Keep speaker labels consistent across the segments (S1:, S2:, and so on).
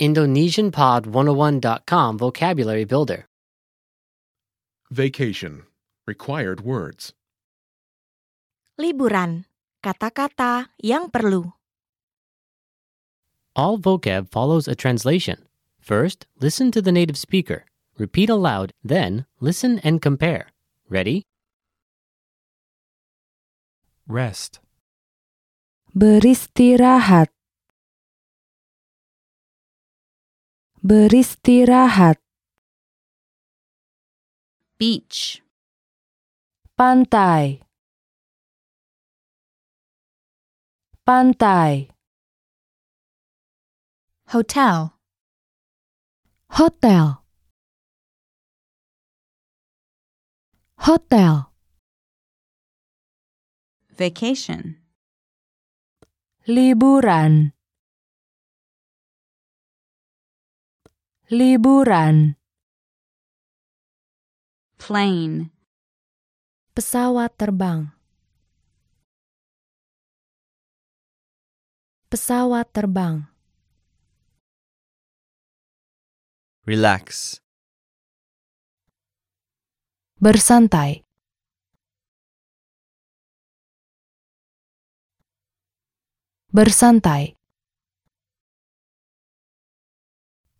S1: IndonesianPod101.com Vocabulary Builder.
S2: Vacation. Required words.
S3: Liburan. Kata-kata yang perlu.
S1: All vocab follows a translation. First, listen to the native speaker. Repeat aloud, then, listen and compare. Ready?
S4: Rest.
S5: Beristirahat. Beristirahat.
S6: beach,
S5: Pantai. Pantai.
S6: hotel,
S5: Hotel. Hotel.
S6: vacation,
S5: Liburan. Liburan.
S6: plane,
S5: Pesawat terbang. Pesawat terbang.
S7: relax,
S5: Bersantai. Bersantai.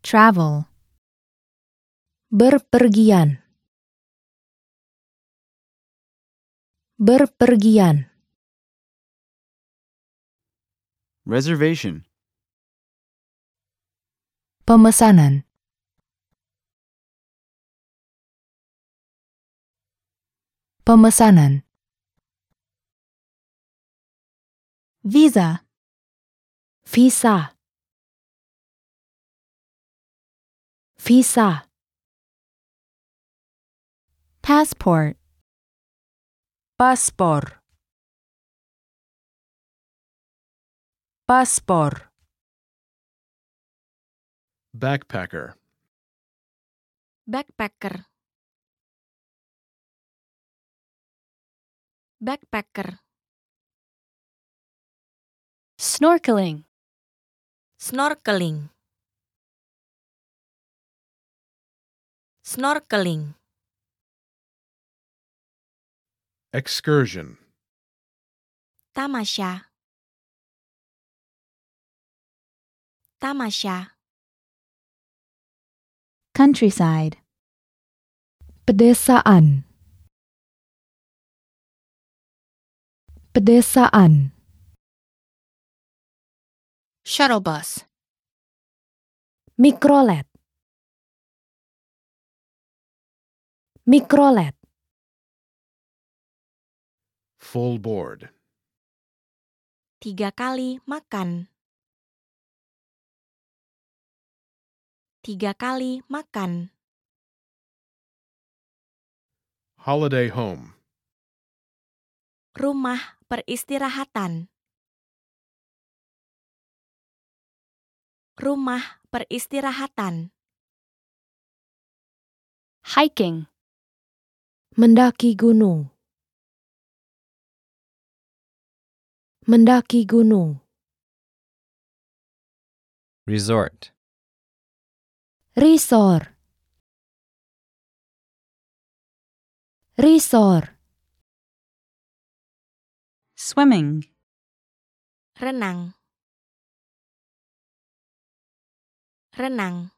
S6: travel,
S5: Berpergian. Berpergian.
S7: reservation,
S5: Pemesanan. Pemesanan.
S3: Visa.
S5: Visa. Visa.
S3: Passport.
S5: Paspor. Paspor.
S2: Backpacker.
S3: Backpacker. Backpacker.
S6: snorkeling,
S3: Snorkeling. Snorkeling.
S2: Excursion.
S3: Tamasya. Tamasya.
S6: countryside,
S5: Pedesaan. Pedesaan.
S6: shuttle bus,
S5: Mikrolet. Mikrolet.
S2: Full board.
S3: Tiga kali makan. Tiga kali makan.
S2: Holiday home.
S3: Rumah peristirahatan. Rumah peristirahatan.
S6: hiking,
S5: Mendaki gunung. Mendaki gunung.
S7: resort,
S5: Resor. Resor.
S6: swimming,
S3: Renang. Renang.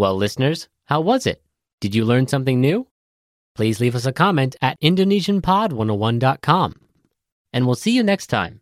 S1: Well, listeners, how was it? Did you learn something new? oh Please leave us a comment at IndonesianPod101.com. And we'll see you next time.